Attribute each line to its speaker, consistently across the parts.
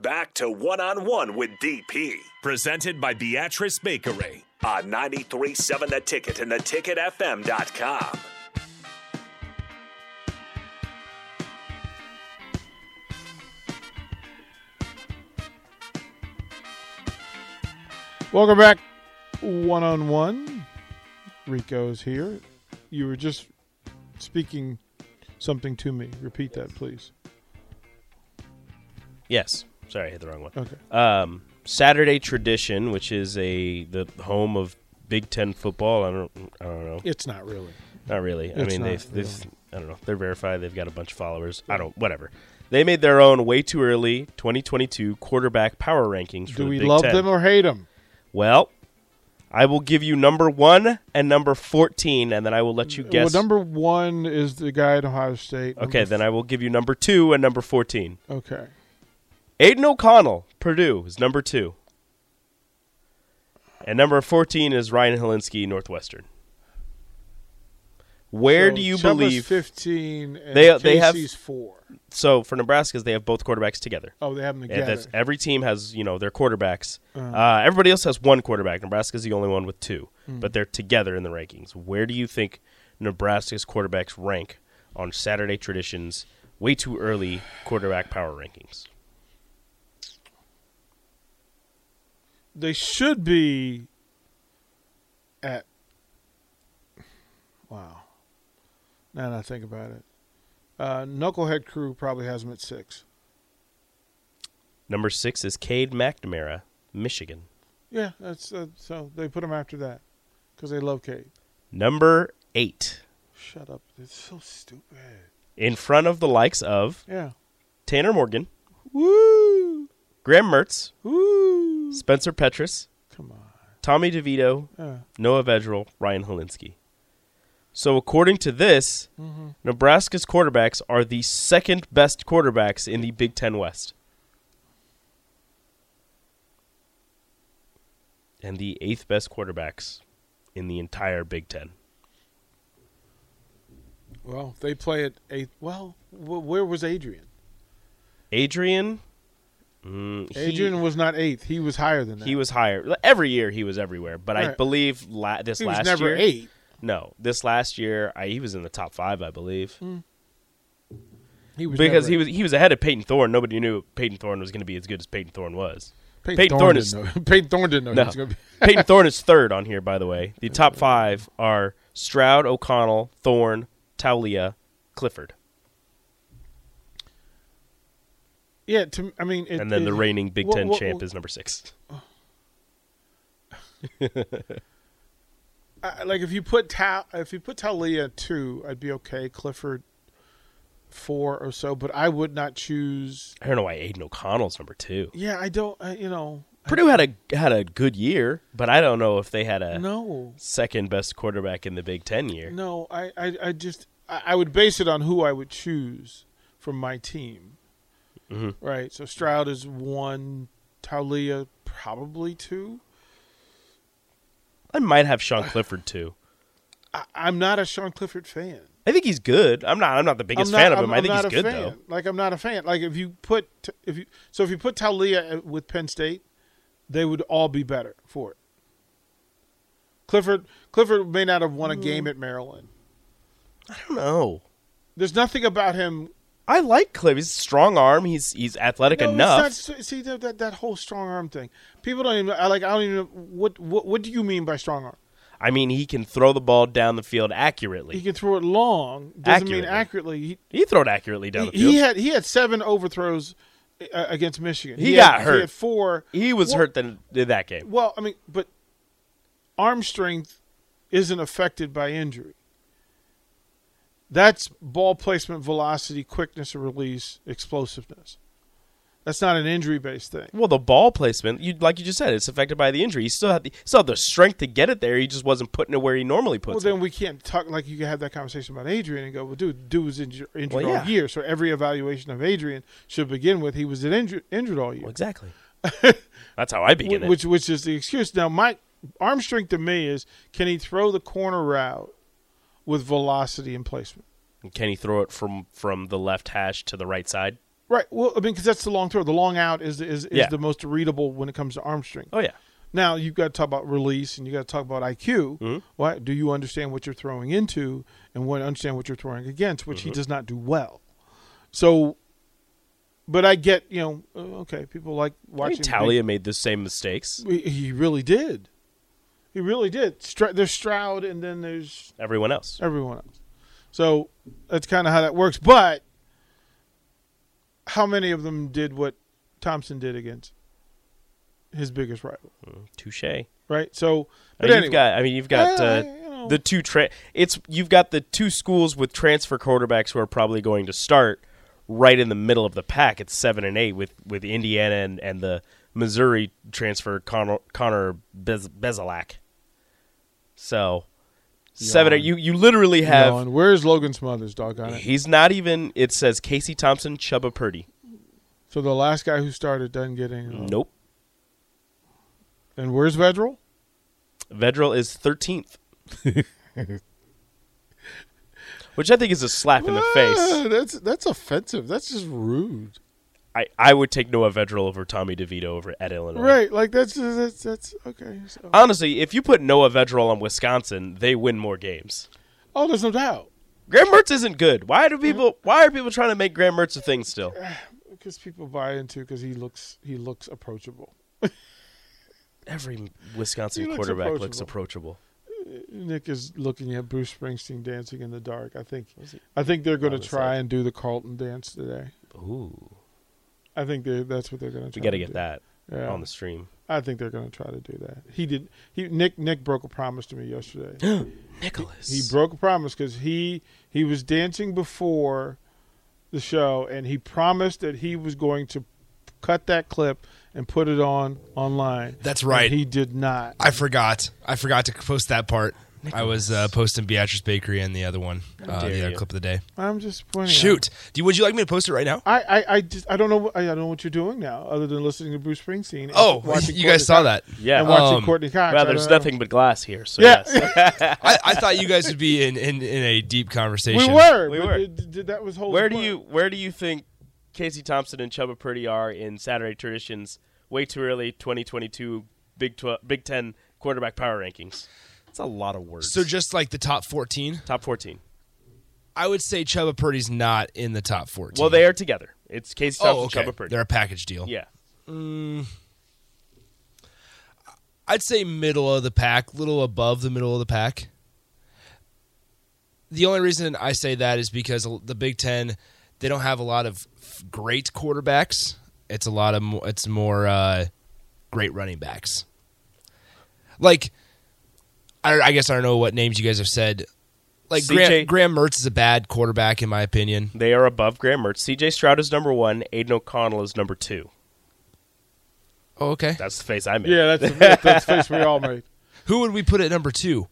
Speaker 1: Back to one on one with DP, presented by Beatrice Bakery on 937 The Ticket and theticketfm.com.
Speaker 2: Welcome back. One on one. Rico's here. You were just speaking something to me. Repeat that, please.
Speaker 3: Yes. Sorry, I hit the wrong one.
Speaker 2: Okay.
Speaker 3: Um, Saturday Tradition, which is a the home of Big Ten football. I don't. I don't know.
Speaker 2: It's not really.
Speaker 3: Not really. I
Speaker 2: It's
Speaker 3: mean,
Speaker 2: not
Speaker 3: they've, they've.
Speaker 2: really.
Speaker 3: I don't know. They're verified. They've got a bunch of followers. I don't. Whatever. They made their own way too early 2022 quarterback power rankings. For
Speaker 2: Do
Speaker 3: the
Speaker 2: we
Speaker 3: Big
Speaker 2: love
Speaker 3: Ten.
Speaker 2: them or hate them?
Speaker 3: Well, I will give you number one and number 14, and then I will let you guess.
Speaker 2: Well, number one is the guy at Ohio State.
Speaker 3: okay, then I will give you number two and number 14.
Speaker 2: I. Okay.
Speaker 3: Aiden O'Connell, Purdue, is number two. And number 14 is Ryan Helinski, Northwestern. Where
Speaker 2: So
Speaker 3: do you
Speaker 2: Chuba's
Speaker 3: believe?
Speaker 2: fifteen? And
Speaker 3: They-
Speaker 2: they
Speaker 3: they have-
Speaker 2: four.
Speaker 3: so for Nebraska's, they have both quarterbacks together.
Speaker 2: Oh, they have them
Speaker 3: And
Speaker 2: together. Uh-huh.
Speaker 3: that's, every team has, you know, their quarterbacks. Uh, everybody else has one quarterback. Nebraska's the only one with 2
Speaker 2: Hmm.
Speaker 3: but they're together in the rankings. Where do you think Nebraska's quarterbacks rank on Saturday Tradition's way too early quarterback power rankings?
Speaker 2: they should be at wow now that i think about it uh, knucklehead crew probably has them at six
Speaker 3: Number six is Cade McNamara, Michigan.
Speaker 2: yeah that's uh, so they put them after that because they love kate
Speaker 3: Number eight,
Speaker 2: shut up it's so stupid
Speaker 3: in front of the likes of
Speaker 2: yeah
Speaker 3: Tanner Morgan,
Speaker 2: woo
Speaker 3: Graham Mertz,
Speaker 2: woo
Speaker 3: Spencer Petras,
Speaker 2: come on
Speaker 3: Tommy DeVito,
Speaker 2: yeah.
Speaker 3: Noah Vedral, Ryan Helinski. So, according to this, Nebraska's quarterbacks are the second best quarterbacks in the Big Ten West. And the eighth best quarterbacks in the entire Big Ten.
Speaker 2: well they play at eight well wh- where was adrian
Speaker 3: Adrian. mm, he-
Speaker 2: adrian was not eighth he was higher than that
Speaker 3: He was higher every year. He was everywhere, but I
Speaker 2: Right.
Speaker 3: believe la- this
Speaker 2: he was
Speaker 3: last
Speaker 2: never
Speaker 3: year.
Speaker 2: eight
Speaker 3: No, this last year I, he was in the top five, I believe,
Speaker 2: Hmm. he was
Speaker 3: because
Speaker 2: never
Speaker 3: he
Speaker 2: eighth.
Speaker 3: was he was ahead of Peyton Thorne. Nobody knew Peyton Thorne was going to be as good as Peyton Thorne was.
Speaker 2: Peyton,
Speaker 3: Peyton
Speaker 2: Thorne
Speaker 3: Thorne is-
Speaker 2: didn't know. Peyton Thorne didn't know he
Speaker 3: No,
Speaker 2: was going to be.
Speaker 3: Peyton Thorne is third on here, by the way. The top five are Stroud, O'Connell, Thorne, Taulia, Clifford,
Speaker 2: Yeah, to, I mean, it,
Speaker 3: and then
Speaker 2: it-
Speaker 3: the reigning Big
Speaker 2: well,
Speaker 3: Ten
Speaker 2: well,
Speaker 3: champ is number six.
Speaker 2: I, like if you put Tal, if you put Talia at two, I'd be okay. Clifford four or so, but I would not choose.
Speaker 3: I don't know why Aiden O'Connell's number two.
Speaker 2: Yeah, I don't. I, you know,
Speaker 3: Purdue had a had a good year, but I don't know if they had a
Speaker 2: no,
Speaker 3: second best quarterback in the Big Ten year.
Speaker 2: no. I, I, I just I, I would base it on who I would choose from my team.
Speaker 3: Mm-hmm.
Speaker 2: Right. So Stroud is one. Talia probably two.
Speaker 3: I might have Sean Clifford too.
Speaker 2: I, I'm not a Sean Clifford fan.
Speaker 3: I think he's good. I'm not. I'm not the biggest fan of him. i think
Speaker 2: not
Speaker 3: he's
Speaker 2: a
Speaker 3: good
Speaker 2: fan.
Speaker 3: though.
Speaker 2: Like I'm not a fan. Like if you put t- if you so if you put Talia at- with Penn State, they would all be better for it. Clifford Clifford may not have won a game at Maryland.
Speaker 3: I don't know.
Speaker 2: There's nothing about him.
Speaker 3: I like Cliff. He's a strong arm. He's he's athletic
Speaker 2: No,
Speaker 3: enough.
Speaker 2: It's not, see that, that that whole strong arm thing. People don't even. I like. I don't even. know What what what do you mean by strong arm?
Speaker 3: I mean, he can throw the ball down the field accurately.
Speaker 2: He
Speaker 3: He,
Speaker 2: can throw it long. Doesn't mean
Speaker 3: Accurately.
Speaker 2: accurately. He,
Speaker 3: throw it accurately down
Speaker 2: he,
Speaker 3: the field.
Speaker 2: he had he had seven overthrows uh, against Michigan.
Speaker 3: He
Speaker 2: had-
Speaker 3: got hurt.
Speaker 2: He had four.
Speaker 3: He was
Speaker 2: Well-
Speaker 3: hurt then in that game.
Speaker 2: Well, I mean, but arm strength isn't affected by injury. That's ball placement, velocity, quickness of release, explosiveness. That's not an injury based thing.
Speaker 3: Well, the ball placement, you like you just said, it's affected by the injury. He still had the still had the strength to get it there. He just wasn't putting it where he normally
Speaker 2: Well,
Speaker 3: puts it.
Speaker 2: then we can't talk like you can have that conversation about Adrian and go, well, dude, dude was injured, injured
Speaker 3: Well, yeah.
Speaker 2: all year. So every evaluation of Adrian should begin with he was injured, injured all year.
Speaker 3: Well, exactly. That's how I begin it.
Speaker 2: which which is the excuse. Now, my arm strength to me is can he throw the corner route with velocity and placement?
Speaker 3: Can he throw it from from the left hash to the right side?
Speaker 2: Right. Well, I mean, because that's the long throw. The long out is is, is
Speaker 3: Yeah.
Speaker 2: the most readable when it comes to arm strength.
Speaker 3: Oh yeah,
Speaker 2: Now you've got to talk about release and you got to talk about IQ. Why do you understand what you're throwing into and what understand what you're throwing against, which he does not do well. So, but I get you know uh, okay, people like
Speaker 3: I mean,
Speaker 2: watching.
Speaker 3: Talia made the same mistakes.
Speaker 2: big- he he really did. He really did. Stra- there's Stroud and then there's
Speaker 3: Everyone else,
Speaker 2: everyone else. So that's kind of how that works. But how many of them did what Thompson did against his biggest rival?
Speaker 3: touche. I mean,
Speaker 2: Right. So, but
Speaker 3: you've
Speaker 2: anyway,
Speaker 3: got. I mean, you've got
Speaker 2: Eh,
Speaker 3: uh,
Speaker 2: you know.
Speaker 3: the two. Tra- it's you've got the two schools with transfer quarterbacks who are probably going to start right in the middle of the pack at seven and eight with with Indiana and, and the Missouri transfer Connor, Connor Bez- Bezalak. So seven. You you literally have.
Speaker 2: Yawn. where's Logan Smothers? Doggone it.
Speaker 3: He's not even. It says Casey Thompson, Chuba Purdy.
Speaker 2: So the last guy who started doesn't get any. love.
Speaker 3: Nope.
Speaker 2: And where's Vedral?
Speaker 3: Vedral is 13th. Which I think is a slap in the face.
Speaker 2: Ah, That's that's offensive. That's just rude.
Speaker 3: I, I would take Noah Vedral over Tommy DeVito over at Illinois.
Speaker 2: Right. Like that's that's that's okay. So.
Speaker 3: Honestly, if you put Noah Vedral on Wisconsin, they win more games.
Speaker 2: Oh, there's no doubt
Speaker 3: Graham Mertz isn't good. Why do people? Why are people trying to make Graham Mertz a thing still?
Speaker 2: because people buy into because he looks he looks approachable.
Speaker 3: Every Wisconsin
Speaker 2: He looks
Speaker 3: quarterback looks approachable.
Speaker 2: Nick is looking at Bruce Springsteen dancing in the dark. I think I think they're going to
Speaker 3: that's
Speaker 2: try and do the Carlton dance today.
Speaker 3: Ooh,
Speaker 2: I think they that's what they're going to try.
Speaker 3: we got to
Speaker 2: to
Speaker 3: get
Speaker 2: do.
Speaker 3: that
Speaker 2: Yeah.
Speaker 3: on the stream.
Speaker 2: I think they're going to try to do that. He did. He Nick Nick broke a promise to me yesterday.
Speaker 3: Nicholas,
Speaker 2: He broke a promise because he he was dancing before the show, and he promised that he was going to cut that clip and put it on online.
Speaker 4: That's right.
Speaker 2: And he did not.
Speaker 4: I forgot. I forgot to post that part. I was uh, posting Beatrice Bakery and the other one, uh,
Speaker 3: dare
Speaker 4: the other
Speaker 3: you.
Speaker 4: clip of the day.
Speaker 2: I'm just pointing. out-
Speaker 4: Shoot, do you, would you like me to post it right now?
Speaker 2: I, I, I just I don't know I don't know what you're doing now other than listening to Bruce Springsteen. and
Speaker 4: Oh,
Speaker 2: watching Courtney
Speaker 4: you guys saw
Speaker 2: Cox-
Speaker 4: that.
Speaker 3: Yeah.
Speaker 2: and watching
Speaker 4: Um,
Speaker 2: Courtney Cox. I
Speaker 3: Well,
Speaker 2: don't
Speaker 3: there's
Speaker 2: know.
Speaker 3: nothing but glass here. So
Speaker 2: Yeah.
Speaker 3: yes.
Speaker 4: I, I thought you guys would be in, in, in a deep
Speaker 2: We
Speaker 4: conversation.
Speaker 2: were.
Speaker 3: We
Speaker 2: but
Speaker 3: were.
Speaker 2: it- it- that was whole.
Speaker 3: Where do you where do you think Casey Thompson and Chuba Purdy are in Saturday Traditions? Way too early, 2022 Big 12, Big Ten quarterback power rankings. That's a lot of words.
Speaker 4: So just like the top fourteen,
Speaker 3: top 14.
Speaker 4: I would say Chuba Purdy's not in the top fourteen.
Speaker 3: Well, they are together. It's Casey Thompson,
Speaker 4: oh, okay.
Speaker 3: Chuba Purdy.
Speaker 4: They're a package deal.
Speaker 3: yeah,
Speaker 4: Hmm. I'd say middle of the pack, little above the middle of the pack. The only reason I say that is because the Big Ten, they don't have a lot of f- great quarterbacks. It's a lot of mo- it's more uh, great running backs. Like, I, I guess I don't know what names you guys have said. Like
Speaker 3: CJ
Speaker 4: Graham, Graham Mertz is a bad quarterback in my opinion.
Speaker 3: they are above Graham Mertz. C.J. Stroud is number one. Aiden O'Connell is number two.
Speaker 4: Oh, okay.
Speaker 3: That's the face I made.
Speaker 2: Yeah, that's the, that's the face we all made.
Speaker 4: Who would we put at number two?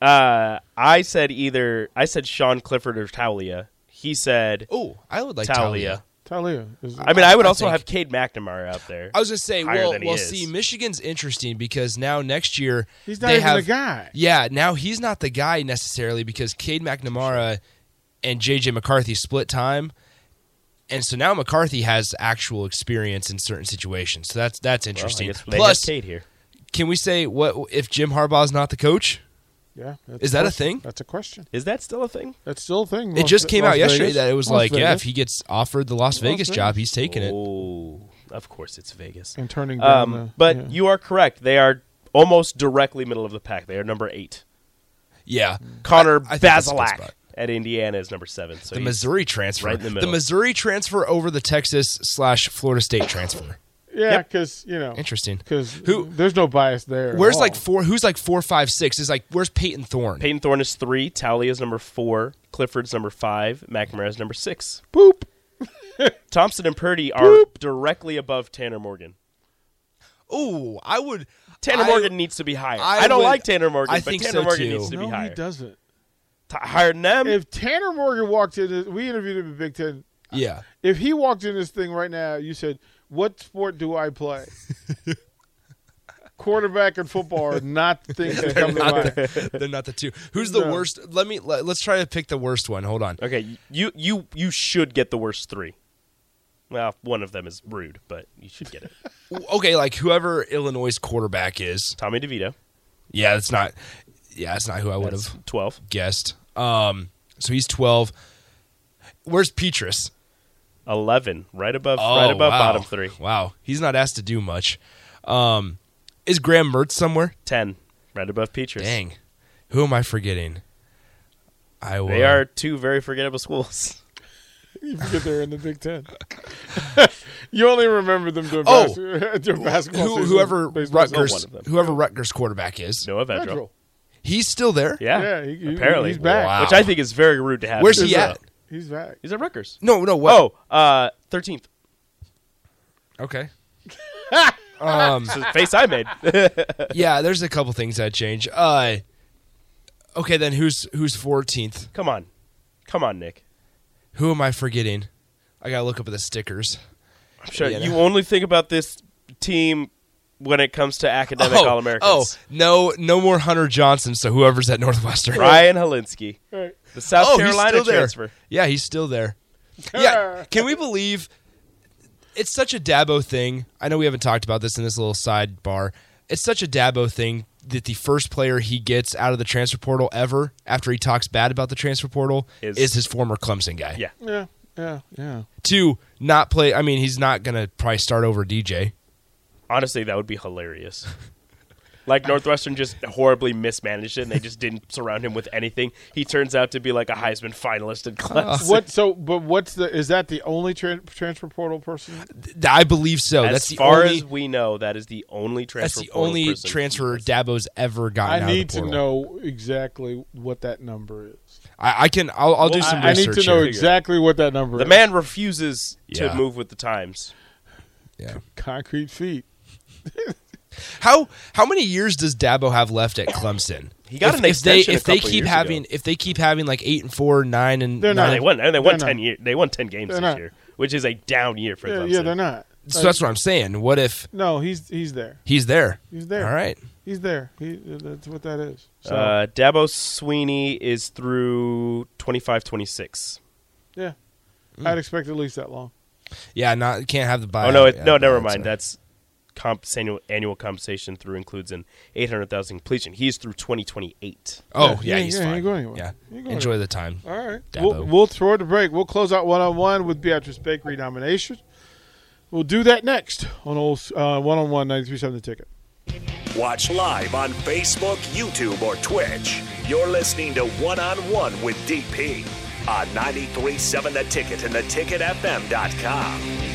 Speaker 3: Uh, I said either I said Sean Clifford or Talia. He said
Speaker 4: Oh, I would like
Speaker 3: Talia.
Speaker 4: Talia.
Speaker 2: Talia. Is,
Speaker 3: I mean, I would
Speaker 4: I
Speaker 3: also
Speaker 4: think-
Speaker 3: have Cade McNamara up there.
Speaker 4: I was gonna say,
Speaker 3: higher
Speaker 4: well,
Speaker 3: than he
Speaker 4: well,
Speaker 3: is.
Speaker 4: see, Michigan's interesting because now next year
Speaker 2: he's not
Speaker 4: they
Speaker 2: even
Speaker 4: have
Speaker 2: a guy.
Speaker 4: Yeah, now he's not the guy necessarily because Cade McNamara and JJ McCarthy split time. And so now McCarthy has actual experience in certain situations. So that's that's
Speaker 3: Well, I
Speaker 4: interesting.
Speaker 3: guess they
Speaker 4: Plus,
Speaker 3: have Cade here.
Speaker 4: can we say what if Jim Harbaugh's not the coach?
Speaker 2: Yeah. that's
Speaker 4: Is that a
Speaker 2: question.
Speaker 4: thing?
Speaker 2: That's a question.
Speaker 3: Is that still a thing?
Speaker 2: That's still a thing.
Speaker 4: it
Speaker 2: Las-
Speaker 4: just came
Speaker 2: Las
Speaker 4: out yesterday
Speaker 2: Vegas.
Speaker 4: that it was
Speaker 2: Las
Speaker 4: like, yeah,
Speaker 2: Vegas.
Speaker 4: if he gets offered the Las,
Speaker 2: Vegas.
Speaker 4: Vegas, job, he's taking it.
Speaker 3: Oh, of course it's Vegas.
Speaker 2: and turning down.
Speaker 3: Um,
Speaker 2: the,
Speaker 3: but
Speaker 2: yeah.
Speaker 3: you are correct. They are almost directly middle of the pack. They are number eight.
Speaker 4: Yeah,
Speaker 3: Connor
Speaker 4: I- I think that's a good
Speaker 3: Basilak
Speaker 4: spot.
Speaker 3: at Indiana is number seven. So
Speaker 4: The
Speaker 3: he's-
Speaker 4: Missouri transfer,
Speaker 3: right in the middle.
Speaker 4: Missouri transfer over the Texas slash Florida State transfer.
Speaker 2: yeah, because you know,
Speaker 4: Interesting.
Speaker 2: because
Speaker 4: Who-
Speaker 2: There's no bias there. at
Speaker 4: Where's
Speaker 2: all.
Speaker 4: like four? Who's like four, five, six? Is like where's Peyton Thorne?
Speaker 3: Peyton Thorne is three. Talia is number four. Clifford's number five. McNamara is number six.
Speaker 2: boop?
Speaker 3: Thompson and Purdy are directly above Tanner Morgan.
Speaker 4: Oh, I would.
Speaker 3: Tanner
Speaker 4: I-
Speaker 3: Morgan needs to be higher. I,
Speaker 4: I
Speaker 3: don't
Speaker 4: would-
Speaker 3: like Tanner Morgan,
Speaker 4: I
Speaker 3: but
Speaker 4: think
Speaker 3: Tanner
Speaker 4: so,
Speaker 3: Morgan
Speaker 4: too.
Speaker 3: needs to
Speaker 2: No,
Speaker 3: be higher.
Speaker 2: he doesn't.
Speaker 3: T- higher than them?
Speaker 2: If Tanner Morgan walked in, this- we interviewed him in Big Ten.
Speaker 4: Yeah.
Speaker 2: If he walked in this thing right now, you said, "What sport do I play?" Quarterback and football are not the things that come to mind.
Speaker 4: They're not the two. Who's the
Speaker 2: No.
Speaker 4: worst? Let me. Let, us try to pick the worst one. Hold on.
Speaker 3: okay, you you you should get the worst three. Well, one of them is rude, but you should get it.
Speaker 4: Okay, like whoever Illinois' quarterback is.
Speaker 3: Tommy DeVito.
Speaker 4: Yeah, that's not. Yeah, that's not who I would
Speaker 3: That's
Speaker 4: have
Speaker 3: twelve.
Speaker 4: guessed. Um, so he's twelve. Where's Petrus?
Speaker 3: Eleven. Right above right above
Speaker 4: Oh, wow.
Speaker 3: bottom three.
Speaker 4: Wow, he's not asked to do much. Um, is Graham Mertz somewhere?
Speaker 3: Ten. Right above Peaches.
Speaker 4: Dang, who am I forgetting? Iowa.
Speaker 3: They are two very forgettable schools.
Speaker 2: You forget they're in the Big Ten. you only remember them during,
Speaker 4: Oh.
Speaker 2: bas- during basketball.
Speaker 4: Who,
Speaker 2: season,
Speaker 4: whoever
Speaker 2: baseball
Speaker 4: Rutgers,
Speaker 3: one of them.
Speaker 4: whoever Rutgers quarterback is,
Speaker 3: Noah
Speaker 2: season.
Speaker 3: Vedral.
Speaker 2: Federal.
Speaker 4: he's still there.
Speaker 3: Yeah.
Speaker 2: Yeah, he- he-
Speaker 3: apparently
Speaker 2: he's back.
Speaker 4: Wow.
Speaker 3: Which I think is very rude to have.
Speaker 4: Where's
Speaker 3: him.
Speaker 4: he at?
Speaker 2: He's back.
Speaker 3: He's at Rutgers.
Speaker 4: No, no. What?
Speaker 3: Oh, uh, 13th.
Speaker 4: Okay. um,
Speaker 3: It's the face I made.
Speaker 4: yeah, there's a couple things I'd change. Uh, okay, then who's who's 14th?
Speaker 3: Come on. Come on, Nick.
Speaker 4: Who am I forgetting? I gotta look up at the stickers.
Speaker 3: I'm sure
Speaker 4: Yeah,
Speaker 3: you
Speaker 4: no.
Speaker 3: only think about this team when it comes to academic All
Speaker 4: oh,
Speaker 3: Americans.
Speaker 4: no, no more Hunter Johnson. So whoever's at Northwestern,
Speaker 3: Brian Holinsky,
Speaker 2: Right.
Speaker 3: the South
Speaker 4: Oh, he's
Speaker 3: Carolina
Speaker 4: still there.
Speaker 3: transfer.
Speaker 4: Yeah, he's still there. Yeah, can we believe it's such a Dabo thing? I know we haven't talked about this in this little sidebar. It's such a Dabo thing that the first player he gets out of the transfer portal ever after he talks bad about the transfer portal
Speaker 3: Is-
Speaker 4: is, his former Clemson guy.
Speaker 3: Yeah.
Speaker 2: Yeah, yeah, yeah.
Speaker 4: To not play, I mean, he's not going to probably start over DJ.
Speaker 3: Honestly, that would be hilarious. Like Northwestern just horribly mismanaged it, and they just didn't surround him with anything. He turns out to be like a Heisman finalist in class.
Speaker 2: Oh, What? So, but what's the? Is that the only tran transfer portal person?
Speaker 4: Th- I believe so.
Speaker 3: as
Speaker 4: that's the
Speaker 3: far
Speaker 4: only,
Speaker 3: as we know, that is the only transfer.
Speaker 4: that's the
Speaker 3: portal
Speaker 4: only
Speaker 3: person.
Speaker 4: transfer Dabo's ever gotten.
Speaker 2: I
Speaker 4: out of the
Speaker 2: need to
Speaker 4: portal.
Speaker 2: know exactly what that number is.
Speaker 4: I, I can. I'll, I'll do
Speaker 3: Well,
Speaker 4: some
Speaker 2: I
Speaker 4: research.
Speaker 2: need to know
Speaker 4: here.
Speaker 2: exactly what that number
Speaker 3: The
Speaker 2: is.
Speaker 3: man refuses to
Speaker 4: Yeah.
Speaker 3: move with the times.
Speaker 4: Yeah.
Speaker 2: Concrete feet.
Speaker 4: How how many years does Dabo have left at Clemson?
Speaker 3: He got
Speaker 4: if,
Speaker 3: an extension
Speaker 4: If they,
Speaker 3: a
Speaker 4: if they
Speaker 3: couple
Speaker 4: keep
Speaker 3: years
Speaker 4: having
Speaker 3: ago.
Speaker 4: if they keep having like eight and four, nine and
Speaker 2: They're
Speaker 3: And
Speaker 2: not.
Speaker 4: nine,
Speaker 3: they won. And they won
Speaker 2: They're
Speaker 3: ten
Speaker 2: not.
Speaker 3: year. They won ten games
Speaker 2: They're
Speaker 3: this
Speaker 2: not.
Speaker 3: year, which is a down year for
Speaker 2: Yeah,
Speaker 3: Clemson.
Speaker 2: yeah, they're not.
Speaker 4: so that's what I'm saying. What if
Speaker 2: No, he's he's there.
Speaker 4: he's there?
Speaker 2: He's there.
Speaker 4: All right.
Speaker 2: He's there. He, that's what that is. So
Speaker 3: Uh, Dabo Sweeney is through 25, 26.
Speaker 2: yeah, I'd expect at least that long.
Speaker 4: Yeah. Not can't have the buy.
Speaker 3: oh no, it, no, never mind. That's comp annual annual compensation through includes an eight hundred thousand completion. He's through twenty twenty eight.
Speaker 4: oh yeah,
Speaker 2: yeah,
Speaker 4: he's
Speaker 2: yeah, he
Speaker 4: fine.
Speaker 2: ain't going anywhere.
Speaker 4: Yeah.
Speaker 2: He ain't going
Speaker 4: Enjoy the time.
Speaker 2: All right.
Speaker 4: Dabo.
Speaker 2: We'll, we'll throw it a break. We'll close out one on one with Beatrice Bakery nomination. We'll do that next on old uh, one on one 93.7 The Ticket.
Speaker 1: Watch live on Facebook, YouTube, or Twitch. You're listening to One on One with DP on 937 The Ticket and theticketfm.com.